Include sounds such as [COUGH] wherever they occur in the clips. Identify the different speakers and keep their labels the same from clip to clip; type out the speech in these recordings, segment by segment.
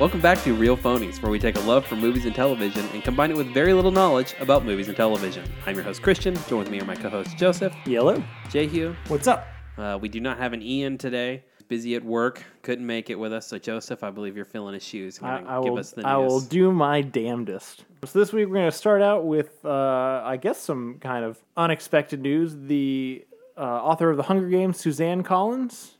Speaker 1: Welcome back to Real Phonies, where we take a love for movies and television and combine it with very little knowledge about movies and television. I'm your host, Christian. Join with me are my co hosts, Joseph,
Speaker 2: Yellow.
Speaker 1: Jehu.
Speaker 2: What's up?
Speaker 1: Uh, we do not have an Ian today. Busy at work, couldn't make it with us. So, Joseph, I believe you're filling his shoes. and
Speaker 2: I,
Speaker 1: gonna
Speaker 2: I
Speaker 1: give
Speaker 2: will.
Speaker 1: us the news.
Speaker 2: I will do my damnedest. So this week we're going to start out with, uh, I guess, some kind of unexpected news. The uh, author of the Hunger Games, Suzanne Collins,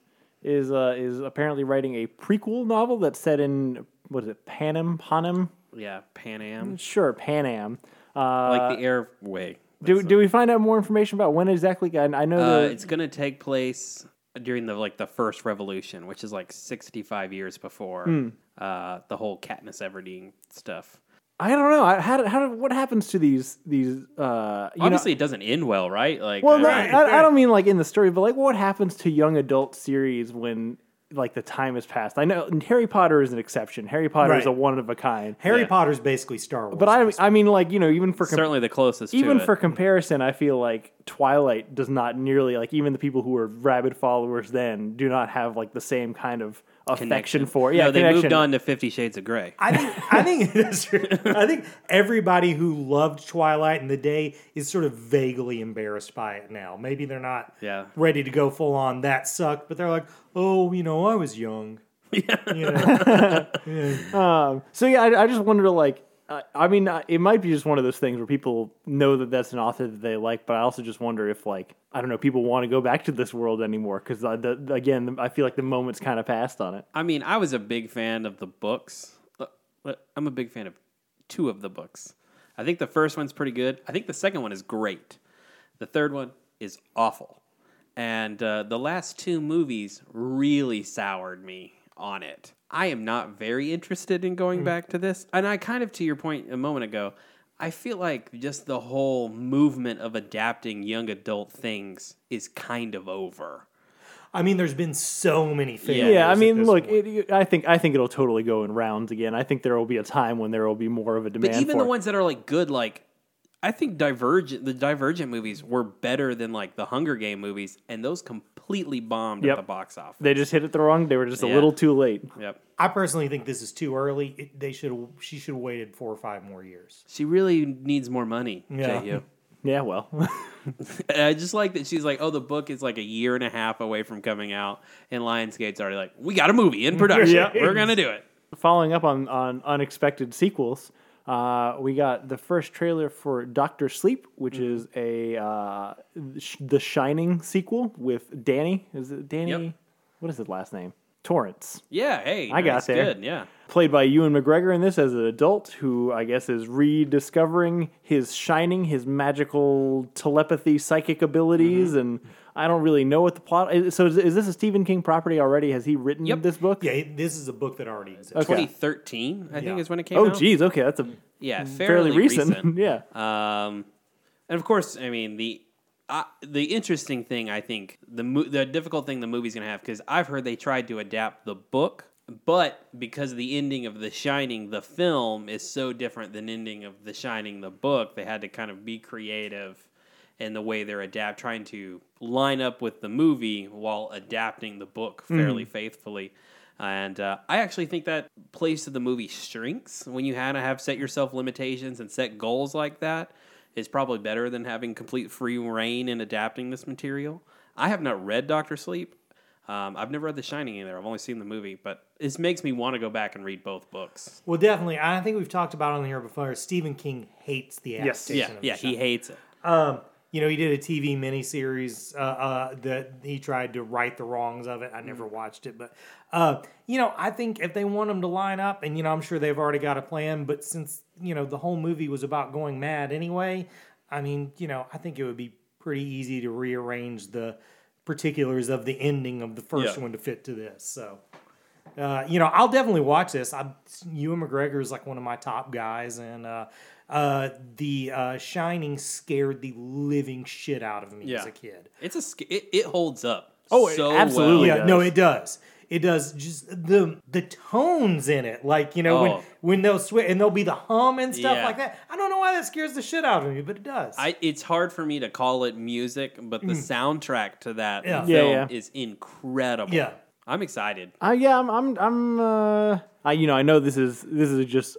Speaker 2: is uh, is apparently writing a prequel novel that's set in what is it, Panem? Panem?
Speaker 1: Yeah, Pan Am.
Speaker 2: Sure, Pan Am. Mm, Uh,
Speaker 1: like the airway.
Speaker 2: do, do we find out more information about when exactly? I, I know
Speaker 1: Uh,
Speaker 2: the,
Speaker 1: it's going to take place during the like the first revolution, which is like 65 years before uh, the whole Katniss Everdeen stuff.
Speaker 2: I don't Mm. know. I, how, do- how do- what happens to these these? Uh, you know,
Speaker 1: Obviously, it doesn't end well, right? Like,
Speaker 2: Well, no,
Speaker 1: right.
Speaker 2: I, I don't mean like in the story, but like what happens to young adult series when like the time has passed. I know and Harry Potter is an exception. Harry Potter is
Speaker 3: Right.
Speaker 2: a one of a kind.
Speaker 3: Harry
Speaker 1: Yeah.
Speaker 3: Potter's basically Star Wars.
Speaker 2: But I, I mean, like you know, even for com-
Speaker 1: certainly the closest. to
Speaker 2: even
Speaker 1: it.
Speaker 2: for comparison, I feel like Twilight does not nearly like even the people who were rabid followers then do not have like the same kind of affection for. Yeah,
Speaker 1: no, they
Speaker 2: connection.
Speaker 1: moved on to Fifty Shades of Grey.
Speaker 3: I think I think it is
Speaker 2: [LAUGHS]
Speaker 3: true. I think everybody who loved Twilight in the day is sort of vaguely embarrassed by it now. Maybe they're not
Speaker 1: Yeah.
Speaker 3: ready to go full on that sucked, but they're like, "Oh, you know, I was young." You know?
Speaker 2: So yeah, I, I just wonder like. Uh, I mean, uh, it might be just one of those things where people know that that's an author that they like, but I also just wonder if, like, I don't know, people want to go back to this world anymore because, the, the, again, the- I feel like the moment's kind of passed on it.
Speaker 1: I mean, I was a big fan of the books. Look, look, I'm a big fan of two of the books. I think the first one's pretty good. I think the second one is great. The third one is awful. And uh, the last two movies really soured me on it. I am not very interested in going back to this. And I kind of, to your point a moment ago, I feel like just the whole movement of adapting young adult things is kind of over.
Speaker 3: I mean, there's been so many failures.
Speaker 2: Yeah, I
Speaker 3: at
Speaker 2: mean,
Speaker 3: this
Speaker 2: look,
Speaker 3: point.
Speaker 2: it, I think I think it'll totally go in rounds again. I think there will be a time when there will be more of a demand.
Speaker 1: But even
Speaker 2: for
Speaker 1: the
Speaker 2: it.
Speaker 1: ones that are like good, like I think Divergent, the Divergent movies were better than like the Hunger Game movies, and those completely bombed
Speaker 2: Yep.
Speaker 1: at the box office.
Speaker 2: they just hit it the wrong. They were just a
Speaker 1: Yeah.
Speaker 2: little too late.
Speaker 1: yep.
Speaker 3: I personally think this is too early. It, they should she should have waited four or five more years.
Speaker 1: She really needs more money,
Speaker 3: Yeah.
Speaker 1: Jehu.
Speaker 2: [LAUGHS] Yeah, well,
Speaker 1: And I just like that she's like, oh, the book is like a year and a half away from coming out, and Lionsgate's already like, we got a movie in production.
Speaker 2: [LAUGHS] Yeah.
Speaker 1: We're gonna do it.
Speaker 2: following up on, on unexpected sequels, uh, we got the first trailer for Doctor Sleep, which
Speaker 1: Mm-hmm.
Speaker 2: is a uh, sh- the Shining sequel with Danny. Is it Danny?
Speaker 1: Yep.
Speaker 2: What is his last name? Torrance,
Speaker 1: Yeah, hey,
Speaker 2: I got
Speaker 1: nice,
Speaker 2: there.
Speaker 1: Good, yeah.
Speaker 2: played by Ewan McGregor in this as an adult who I guess is rediscovering his shining, his magical telepathy, psychic abilities,
Speaker 1: Mm-hmm.
Speaker 2: and I don't really know what the plot. Is. So is, is this a Stephen King property already? Has he written
Speaker 1: Yep.
Speaker 2: this book?
Speaker 3: Yeah, it- this is a book that already exists.
Speaker 2: Okay.
Speaker 1: 2013, I think,
Speaker 3: Yeah.
Speaker 1: is when it came
Speaker 2: Oh,
Speaker 1: out.
Speaker 2: geez. Okay, that's a
Speaker 1: Yeah, fairly,
Speaker 2: fairly, recent.
Speaker 1: recent.
Speaker 2: [LAUGHS] yeah.
Speaker 1: Um, and of course, I mean the uh, the interesting thing I think the mo- the difficult thing the movie's gonna have because I've heard they tried to adapt the book, but because of the ending of The Shining, the film is so different than ending of The Shining, the book. They had to kind of be creative in the way they're adapt trying to line up with the movie while adapting the book
Speaker 2: Mm-hmm.
Speaker 1: fairly faithfully. And uh, I actually think that place of the movie shrinks when you had to have set yourself limitations and set goals like that is probably better than having complete free reign in adapting this material. I have not read Doctor Sleep. Um, I've never read The Shining either. I've only seen the movie, but this makes me want to go back and read both books.
Speaker 3: Well, definitely. I think we've talked about on here before. Stephen King hates the adaptation.
Speaker 1: Yeah,
Speaker 3: of the
Speaker 1: yeah, he hates it.
Speaker 3: Um, you know, he did a TV miniseries uh, uh, that he tried to right the wrongs of it. I never watched it, but uh, you know, I think if they want him to line up, and you know, I'm sure they've already got a plan. But since you know the whole movie was about going mad anyway, I mean, you know, I think it would be pretty easy to rearrange the particulars of the ending of the first
Speaker 1: Yeah.
Speaker 3: one to fit to this. So. Uh, you know, I'll definitely watch this. I, Ewan McGregor is like one of my top guys, and uh, uh, the uh, Shining scared the living shit out of me
Speaker 1: Yeah.
Speaker 3: as a kid.
Speaker 1: It's a sc- it, it holds up.
Speaker 2: Oh, it
Speaker 1: so
Speaker 2: absolutely
Speaker 1: well.
Speaker 2: Really
Speaker 3: yeah, no,
Speaker 2: does.
Speaker 3: it does. It does. Just the the tones in it, like you know,
Speaker 1: Oh.
Speaker 3: when when they'll switch and there'll be the hum and stuff
Speaker 1: Yeah.
Speaker 3: like that. I don't know why that scares the shit out of me, but it does.
Speaker 1: I, it's hard for me to call it music, but the soundtrack to that
Speaker 3: Mm. Yeah.
Speaker 1: film
Speaker 2: Yeah, yeah.
Speaker 1: is incredible.
Speaker 3: yeah.
Speaker 1: I'm excited.
Speaker 2: Uh, yeah, I'm. I'm. I'm uh, I, you know, I know this is this is just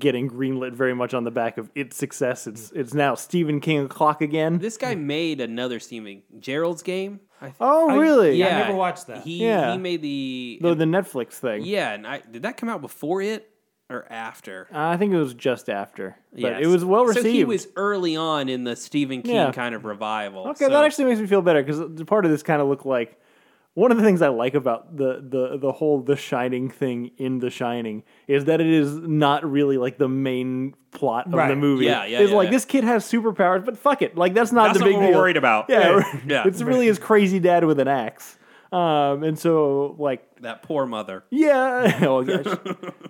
Speaker 2: getting greenlit very much on the back of its success. It's it's now Stephen King o'clock again.
Speaker 1: This guy
Speaker 3: Mm.
Speaker 1: made another Stephen Gerald's game. I think.
Speaker 2: oh, really?
Speaker 3: yeah. never watched that.
Speaker 1: He
Speaker 2: Yeah.
Speaker 1: he made the
Speaker 2: The, the Netflix thing.
Speaker 1: yeah, and I did that come out before it or after?
Speaker 2: Uh, I think it was just after, but
Speaker 1: Yes.
Speaker 2: it was well received.
Speaker 1: So he was early on in the Stephen King
Speaker 2: Yeah.
Speaker 1: kind of revival.
Speaker 2: Okay,
Speaker 1: so-
Speaker 2: that actually makes me feel better because part of this kind of looked like one of the things I like about the the the whole The Shining thing in The Shining is that it is not really like the main plot of the
Speaker 3: Right.
Speaker 2: movie.
Speaker 1: Yeah, yeah,
Speaker 2: It's
Speaker 1: yeah,
Speaker 2: like
Speaker 1: yeah.
Speaker 2: this kid has superpowers, but fuck it, like that's not
Speaker 1: That's not
Speaker 2: the big
Speaker 1: what we're
Speaker 2: deal.
Speaker 1: worried about.
Speaker 2: Yeah,
Speaker 1: Yeah.
Speaker 2: it's really his crazy dad with an axe. Um, and so like
Speaker 1: that poor mother.
Speaker 2: yeah. [LAUGHS] Oh, yeah.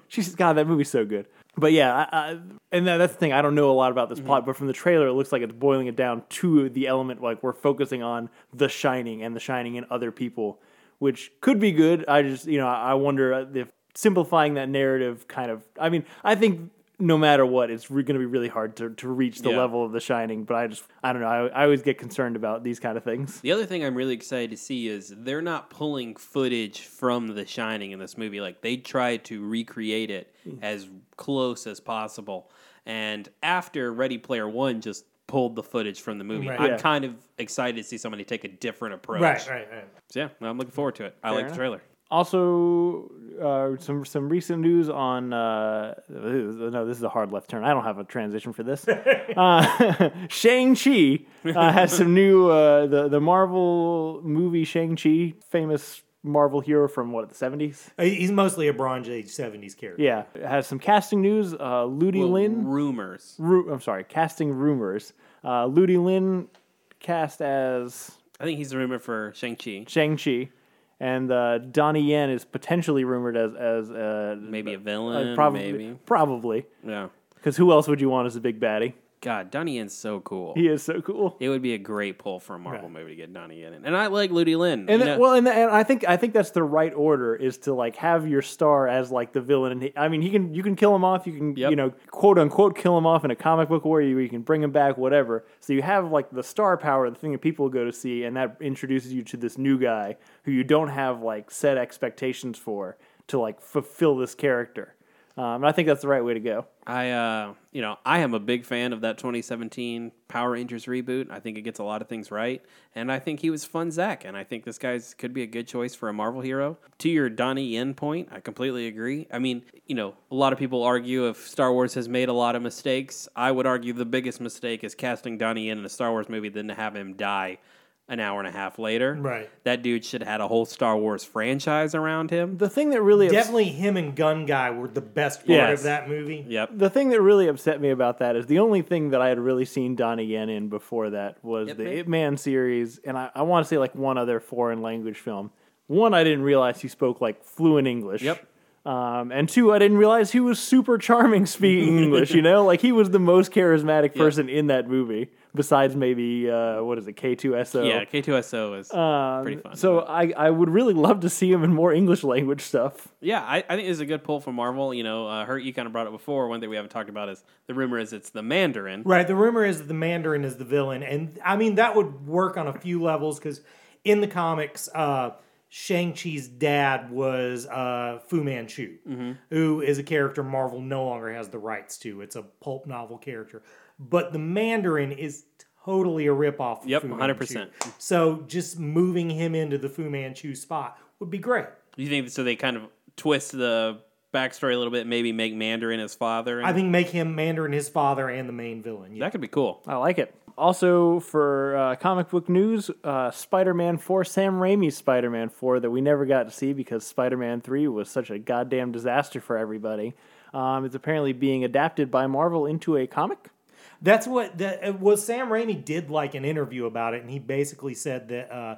Speaker 2: She, she's God. That movie's so good. But yeah, I, I, and that, that's the thing. I don't know a lot about this plot, but from the trailer, it looks like it's boiling it down to the element like we're focusing on the Shining and the Shining and other people, which could be good. I just you know I wonder if simplifying that narrative kind of. I mean, I think no matter what, it's re- going to be really hard to, to reach the
Speaker 1: Yeah.
Speaker 2: level of the Shining. But I just I don't know. I, I always get concerned about these kind of things.
Speaker 1: The other thing I'm really excited to see is they're not pulling footage from The Shining in this movie. Like they tried to recreate it
Speaker 2: Hmm.
Speaker 1: as close as possible. And after Ready Player One just pulled the footage from the movie,
Speaker 3: Right.
Speaker 1: I'm
Speaker 2: Yeah.
Speaker 1: kind of excited to see somebody take a different approach.
Speaker 3: Right, right, right.
Speaker 1: So yeah, I'm looking forward to it. I like
Speaker 2: enough.
Speaker 1: the trailer.
Speaker 2: Also, uh, some some recent news on. Uh, no, this is a hard left turn. I don't have a transition for this. uh, [LAUGHS] Shang Chi uh, has some new uh, the the Marvel movie Shang Chi, famous Marvel hero from what the seventies.
Speaker 3: Uh, He's mostly a Bronze Age '70s character.
Speaker 2: Yeah, it has some casting news. Uh, Ludi
Speaker 1: Well,
Speaker 2: Lin,
Speaker 1: rumors.
Speaker 2: ru- I'm sorry, casting rumors. Uh, Ludi Lin cast as
Speaker 1: I think he's a rumor for Shang Chi.
Speaker 2: Shang Chi, and uh, Donnie Yen is potentially rumored as as uh,
Speaker 1: Maybe a
Speaker 2: Uh,
Speaker 1: villain.
Speaker 2: probably,
Speaker 1: Maybe.
Speaker 2: probably,
Speaker 1: Yeah.
Speaker 2: because who else would you want as a big baddie? [LAUGHS]
Speaker 1: God, Donnie Yen's so cool.
Speaker 2: He is so cool.
Speaker 1: It would be a great pull for a Marvel movie to get Donnie Yen in. And I like Ludi Lin.
Speaker 2: And
Speaker 1: you
Speaker 2: that,
Speaker 1: know-
Speaker 2: well, and, that- and I think I think that's the right order is to like have your star as like the villain. And he, I mean, he can you can kill him off. You can
Speaker 1: Yep.
Speaker 2: you know quote unquote kill him off in a comic book where you, you can bring him back, whatever. So you have like the star power, the thing that people go to see, and that introduces you to this new guy who you don't have like set expectations for to like fulfill this character. Um, and I think that's the right way to go.
Speaker 1: I, uh, you know, I am a big fan of that 2017 Power Rangers reboot. I think it gets a lot of things right, and I think he was fun Zach, and I think this guy's could be a good choice for a Marvel hero. To your Donnie Yen point, I completely agree. I mean, you know, a lot of people argue if Star Wars has made a lot of mistakes. I would argue the biggest mistake is casting Donnie Yen in a Star Wars movie than to have him die an hour and a half later.
Speaker 3: Right.
Speaker 1: That dude should have had a whole Star Wars franchise around him.
Speaker 2: The thing that really upset-
Speaker 3: Definitely, him and Gun Guy were the best part
Speaker 2: Yes.
Speaker 3: of that movie.
Speaker 1: Yep.
Speaker 2: the thing that really upset me about that is the only thing that I had really seen Donnie Yen in before that was the
Speaker 1: Man.
Speaker 2: Ip Man series, and I, I want to say like one other foreign language film. One, I didn't realize he spoke like fluent English.
Speaker 1: Yep.
Speaker 2: Um, and two, I didn't realize he was super charming [LAUGHS] speaking English. You know, like he was the most charismatic person in that movie, besides maybe uh, what is it, K two S O. Um,
Speaker 1: Yeah, K2SO is
Speaker 2: Uh,
Speaker 1: pretty fun.
Speaker 2: So I, I would really love to see him in more English language stuff.
Speaker 1: Yeah, I, I think it's a good pull for Marvel. You know, uh, Hurt, you kind of brought it before. One thing we haven't talked about is the rumor is it's the Mandarin.
Speaker 3: Right. The rumor is that the Mandarin is the villain, and I mean that would work on a few levels because in the comics, uh, Shang Chi's dad was uh, Fu Manchu, who is a character Marvel no longer has the rights to. It's a pulp novel character, but the Mandarin is totally a ripoff. Of
Speaker 1: Yep,
Speaker 3: Fu Manchu.
Speaker 1: 100%.
Speaker 3: So just moving him into the Fu Manchu spot would be great.
Speaker 1: You think so? They kind of twist the backstory a little bit, maybe make Mandarin his father. And
Speaker 3: I think make him Mandarin his father and the main villain. Yeah.
Speaker 1: that could be cool.
Speaker 2: I like it. Also, for uh, comic book news, uh, Spider Man 4, Sam Raimi's Spider Man 4, that we never got to see because Spider Man 3 was such a goddamn disaster for everybody. Um, it's apparently being adapted by Marvel into a comic.
Speaker 3: That's what the well Sam Raimi did like an interview about it, and he basically said that uh,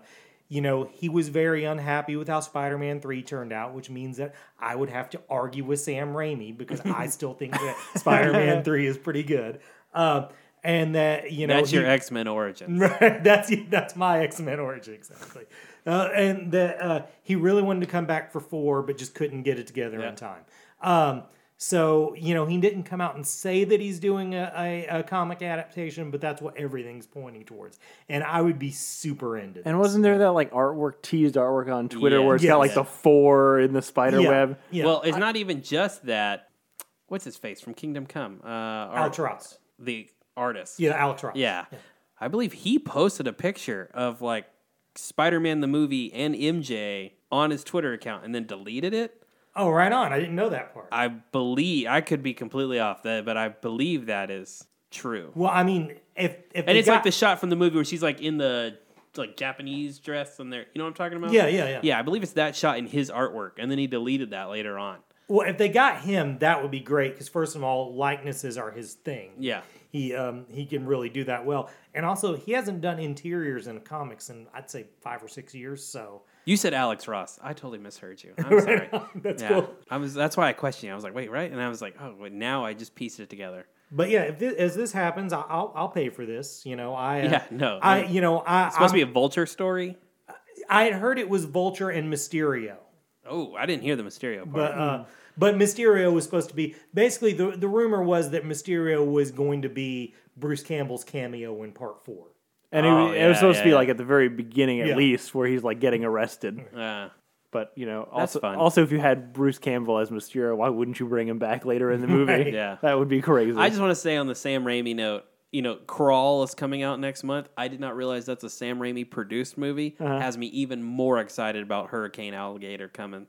Speaker 3: you know he was very unhappy with how Spider-Man three turned out, which means that I would have to argue with Sam Raimi because
Speaker 1: [LAUGHS]
Speaker 3: I still think that Spider-Man three is pretty good, uh, and that you know
Speaker 1: That's your
Speaker 3: he-
Speaker 1: X Men origin.
Speaker 3: [LAUGHS] Right. That's that's my X Men origin exactly, uh, and that uh, he really wanted to come back for four, but just couldn't get it together in time. Um, So, you know, he didn't come out and say that he's doing a, a, a comic adaptation, but that's what everything's pointing towards. And I would be super into
Speaker 2: And
Speaker 3: this.
Speaker 2: wasn't there that like artwork teased artwork on Twitter
Speaker 1: Yeah.
Speaker 2: where it's got like
Speaker 3: Yes.
Speaker 2: the four in the spider
Speaker 3: yeah,
Speaker 2: web?
Speaker 3: Yeah.
Speaker 1: Well, it's not even just that. What's his face from Kingdom Come? Uh, art,
Speaker 3: Altrox.
Speaker 1: the artist.
Speaker 3: Yeah, Altrox.
Speaker 1: Yeah. I believe he posted a picture of like Spider Man the movie and MJ on his Twitter account and then deleted it.
Speaker 3: Oh, right on. I didn't know that part.
Speaker 1: I believe, I could be completely off that, but I believe that is true.
Speaker 3: well, I mean, if if
Speaker 1: And
Speaker 3: they
Speaker 1: it's like
Speaker 3: got,
Speaker 1: the shot from the movie where she's like in the like Japanese dress and there. You know what I'm talking about?
Speaker 3: Yeah, yeah, yeah.
Speaker 1: Yeah, I believe it's that shot in his artwork and then he deleted that later on.
Speaker 3: Well, if they got him, that would be great because first of all, likenesses are his thing.
Speaker 1: Yeah.
Speaker 3: he um, he can really do that well, and also he hasn't done interiors in comics in I'd say five or six years. So [LAUGHS]
Speaker 1: You said Alex Ross. I totally misheard you. I'm sorry.
Speaker 3: that's
Speaker 1: yeah.
Speaker 3: cool.
Speaker 1: I was that's why I questioned you. I was like, wait, right? And I was like, oh, wait, now I just pieced it together.
Speaker 3: But yeah, if this, as this happens, I- I'll I'll pay for this. You know, I uh,
Speaker 1: Yeah, no.
Speaker 3: I you know I
Speaker 1: It's supposed
Speaker 3: I'm-
Speaker 1: to be a vulture story.
Speaker 3: I had heard it was Vulture and Mysterio,
Speaker 1: Oh, I didn't hear the Mysterio part.
Speaker 3: but uh, but Mysterio was supposed to be basically the the rumor was that Mysterio was going to be Bruce Campbell's cameo in Part Four.
Speaker 2: And it,
Speaker 1: Oh,
Speaker 2: it was
Speaker 1: yeah,
Speaker 2: supposed
Speaker 1: yeah,
Speaker 2: to be
Speaker 1: yeah.
Speaker 2: like at the very beginning at
Speaker 3: Yeah.
Speaker 2: least where he's like getting arrested.
Speaker 1: Uh,
Speaker 2: But you know, also
Speaker 1: fun.
Speaker 2: also if you had Bruce Campbell as Mysterio, why wouldn't you bring him back later
Speaker 3: [LAUGHS]
Speaker 2: in the movie?
Speaker 3: Right.
Speaker 1: Yeah.
Speaker 2: That would be crazy.
Speaker 1: I just want to say on the Sam Raimi note, you know, Crawl is coming out next month. I did not realize that's a Sam Raimi produced movie.
Speaker 2: Uh-huh.
Speaker 1: Has me even more excited about Hurricane Alligator coming.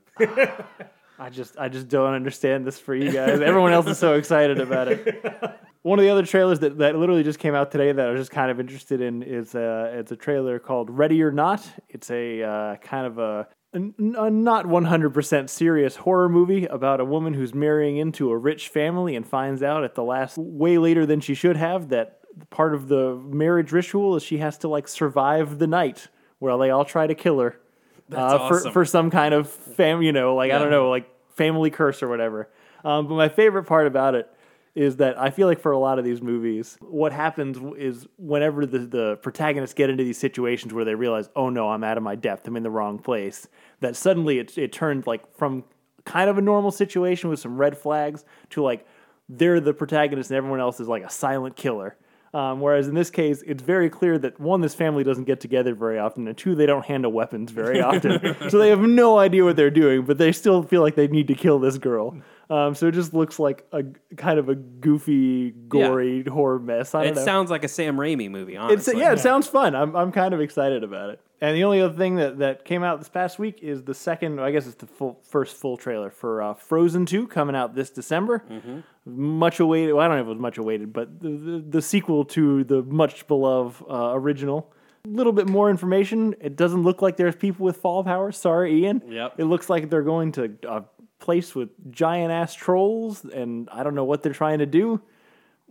Speaker 2: I just I just don't understand this for you guys. Everyone else is so excited about it. [LAUGHS] One of the other trailers that, that literally just came out today that I was just kind of interested in is uh, it's a trailer called Ready or Not. It's a uh, kind of a, a, a not 100% serious horror movie about a woman who's marrying into a rich family and finds out at the last way later than she should have that part of the marriage ritual is she has to like survive the night while they all try to kill her
Speaker 1: That's
Speaker 2: uh, for,
Speaker 1: awesome.
Speaker 2: for some kind of fam, you know, like I don't
Speaker 1: Yeah.
Speaker 2: know, like family curse or whatever. Um, but my favorite part about it is that I feel like for a lot of these movies, what happens w- is whenever the, the protagonists get into these situations where they realize, oh no, I'm out of my depth, I'm in the wrong place, that suddenly it, it turned like from kind of a normal situation with some red flags to like they're the protagonist and everyone else is like a silent killer. Um, whereas in this case, it's very clear that one, this family doesn't get together very often, and two, they don't handle weapons very often. so they have no idea what they're doing, but they still feel like they need to kill this girl. Um, so it just looks like a g- kind of a goofy, gory horror mess. I don't
Speaker 1: It
Speaker 2: know.
Speaker 1: sounds like a Sam Raimi movie,
Speaker 2: It's,
Speaker 1: honestly.
Speaker 2: yeah, it sounds fun. I'm, I'm kind of excited about it. And the only other thing that, that came out this past week is the second, I guess it's the full, first full trailer for uh, Frozen 2 coming out this December.
Speaker 1: Mm-hmm.
Speaker 2: Much awaited, well, I don't know if it was much awaited, but the, the, the sequel to the much beloved uh, original. A little bit more information. It doesn't look like there's people with fall power. Sorry, Ian.
Speaker 1: Yep.
Speaker 2: It looks like they're going to a place with giant ass trolls, and I don't know what they're trying to do.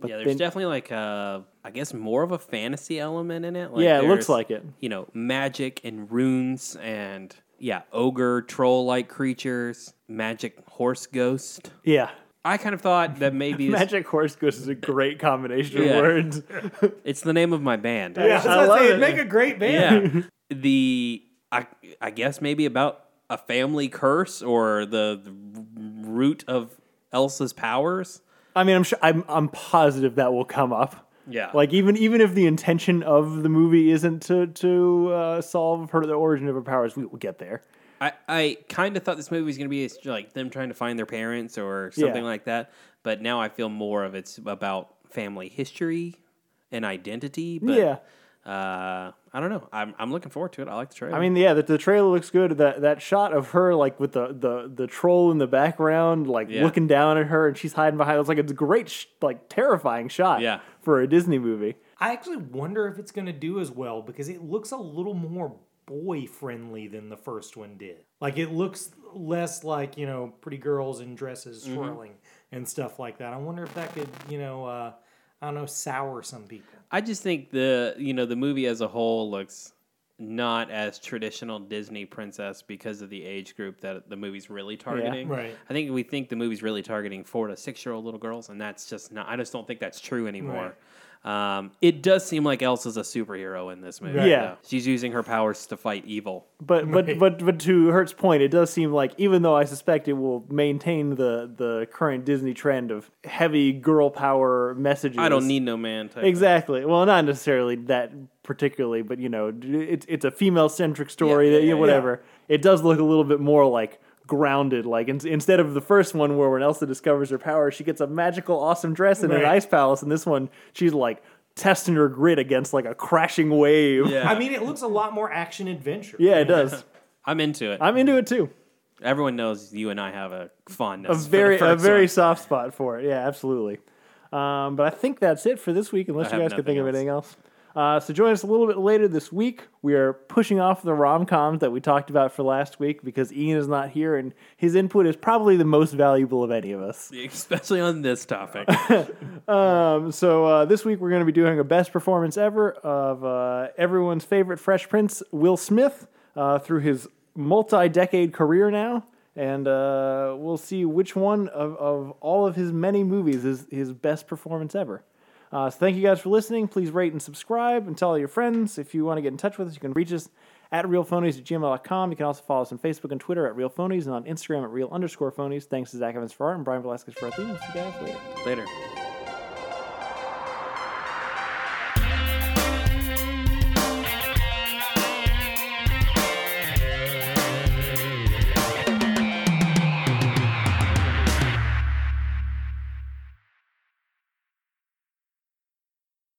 Speaker 1: yeah, there's
Speaker 2: then-
Speaker 1: definitely like a, I guess more of a fantasy element in it. Like
Speaker 2: Yeah, it looks
Speaker 1: there's,
Speaker 2: like it.
Speaker 1: You know, magic and runes and yeah, ogre, troll like creatures, magic horse ghost.
Speaker 2: Yeah.
Speaker 1: I kind of thought that
Speaker 2: [LAUGHS]
Speaker 1: maybe this-
Speaker 2: Magic Horse Ghost is a great combination
Speaker 1: Yeah.
Speaker 2: of words.
Speaker 1: it's the name of my band.
Speaker 3: [LAUGHS] Yeah, so
Speaker 2: I
Speaker 3: I
Speaker 2: love
Speaker 3: say,
Speaker 2: it.
Speaker 3: it'd make a great band.
Speaker 1: yeah [LAUGHS] the I, I guess maybe about a family curse or the, the root of elsa's powers
Speaker 2: I mean, I'm sure I'm I'm positive that will come up.
Speaker 1: Yeah.
Speaker 2: Like even even if the intention of the movie isn't to to uh, solve her the origin of her powers, we will get there.
Speaker 1: i, I kind of thought this movie was going to be like them trying to find their parents or something
Speaker 2: Yeah.
Speaker 1: like that but now i feel more of it's about family history and identity but
Speaker 2: Yeah.
Speaker 1: uh, i don't know I'm, I'm looking forward to it i like the trailer
Speaker 2: I mean, yeah, the, the trailer looks good. That that shot of her like with the the, the troll in the background, like
Speaker 1: Yeah.
Speaker 2: looking down at her, and she's hiding behind. It's like it's a great, sh- like terrifying shot.
Speaker 1: Yeah.
Speaker 2: For a Disney movie.
Speaker 3: I actually wonder if it's going to do as well because it looks a little more boy friendly than the first one did. Like it looks less like, you know, pretty girls in dresses swirling and stuff like that. I wonder if that could, you know, uh, I don't know, sour some people.
Speaker 1: I just think the you know the movie as a whole looks not as traditional Disney princess because of the age group that the movie's really targeting.
Speaker 3: right.
Speaker 1: I think we think the movie's really targeting four to six year old little girls, and that's just not. I just don't think that's true anymore. Um, it does seem like Elsa's a superhero in this movie.
Speaker 2: Yeah.
Speaker 1: though. she's using her powers to fight evil.
Speaker 2: But but but but to Hert's point, it does seem like even though I suspect it will maintain the the current Disney trend of heavy girl power messages.
Speaker 1: I don't need no man. Type
Speaker 2: exactly. Well, not necessarily that particularly, but you know, d- it's it's a female centric story
Speaker 1: Yeah,
Speaker 2: that
Speaker 1: yeah,
Speaker 2: you know,
Speaker 1: yeah.
Speaker 2: whatever. It does look a little bit more like grounded like in, instead of the first one where when Elsa discovers her power she gets a magical awesome dress in an
Speaker 3: Right.
Speaker 2: ice palace and this one she's like testing her grit against like a crashing wave
Speaker 1: Yeah.
Speaker 3: I mean, it looks a lot more action adventure.
Speaker 2: yeah
Speaker 1: [LAUGHS]
Speaker 2: it does
Speaker 1: I'm into it.
Speaker 2: I'm into it too
Speaker 1: Everyone knows you and I have a fondness.
Speaker 2: a
Speaker 1: for the
Speaker 2: very a
Speaker 1: first
Speaker 2: very
Speaker 1: one.
Speaker 2: soft spot for it. Yeah, absolutely. Um, but I think that's it for this week, unless
Speaker 1: I
Speaker 2: you
Speaker 1: have
Speaker 2: guys can think of
Speaker 1: nothing
Speaker 2: anything else. Uh, so join us a little bit later this week. We are pushing off the rom coms that we talked about for last week because Ian is not here, and his input is probably the most valuable of any of
Speaker 1: [LAUGHS]
Speaker 2: us.
Speaker 1: especially on this
Speaker 2: [LAUGHS]
Speaker 1: topic.
Speaker 2: Um, so uh, this week we're going to be doing a best performance ever of uh, everyone's favorite Fresh Prince, Will Smith, uh, through his multi-decade career now, and uh, we'll see which one of, of all of his many movies is his best performance ever. Uh, so thank you guys for listening. Please rate and subscribe and tell all your friends. If you want to get in touch with us, you can reach us at realphonies at gmail.com. You can also follow us on Facebook and Twitter at realphonies and on Instagram at real underscore phonies. Thanks to Zach Evans for art and Brian Velasquez for our theme. We'll see you guys later.
Speaker 1: Later.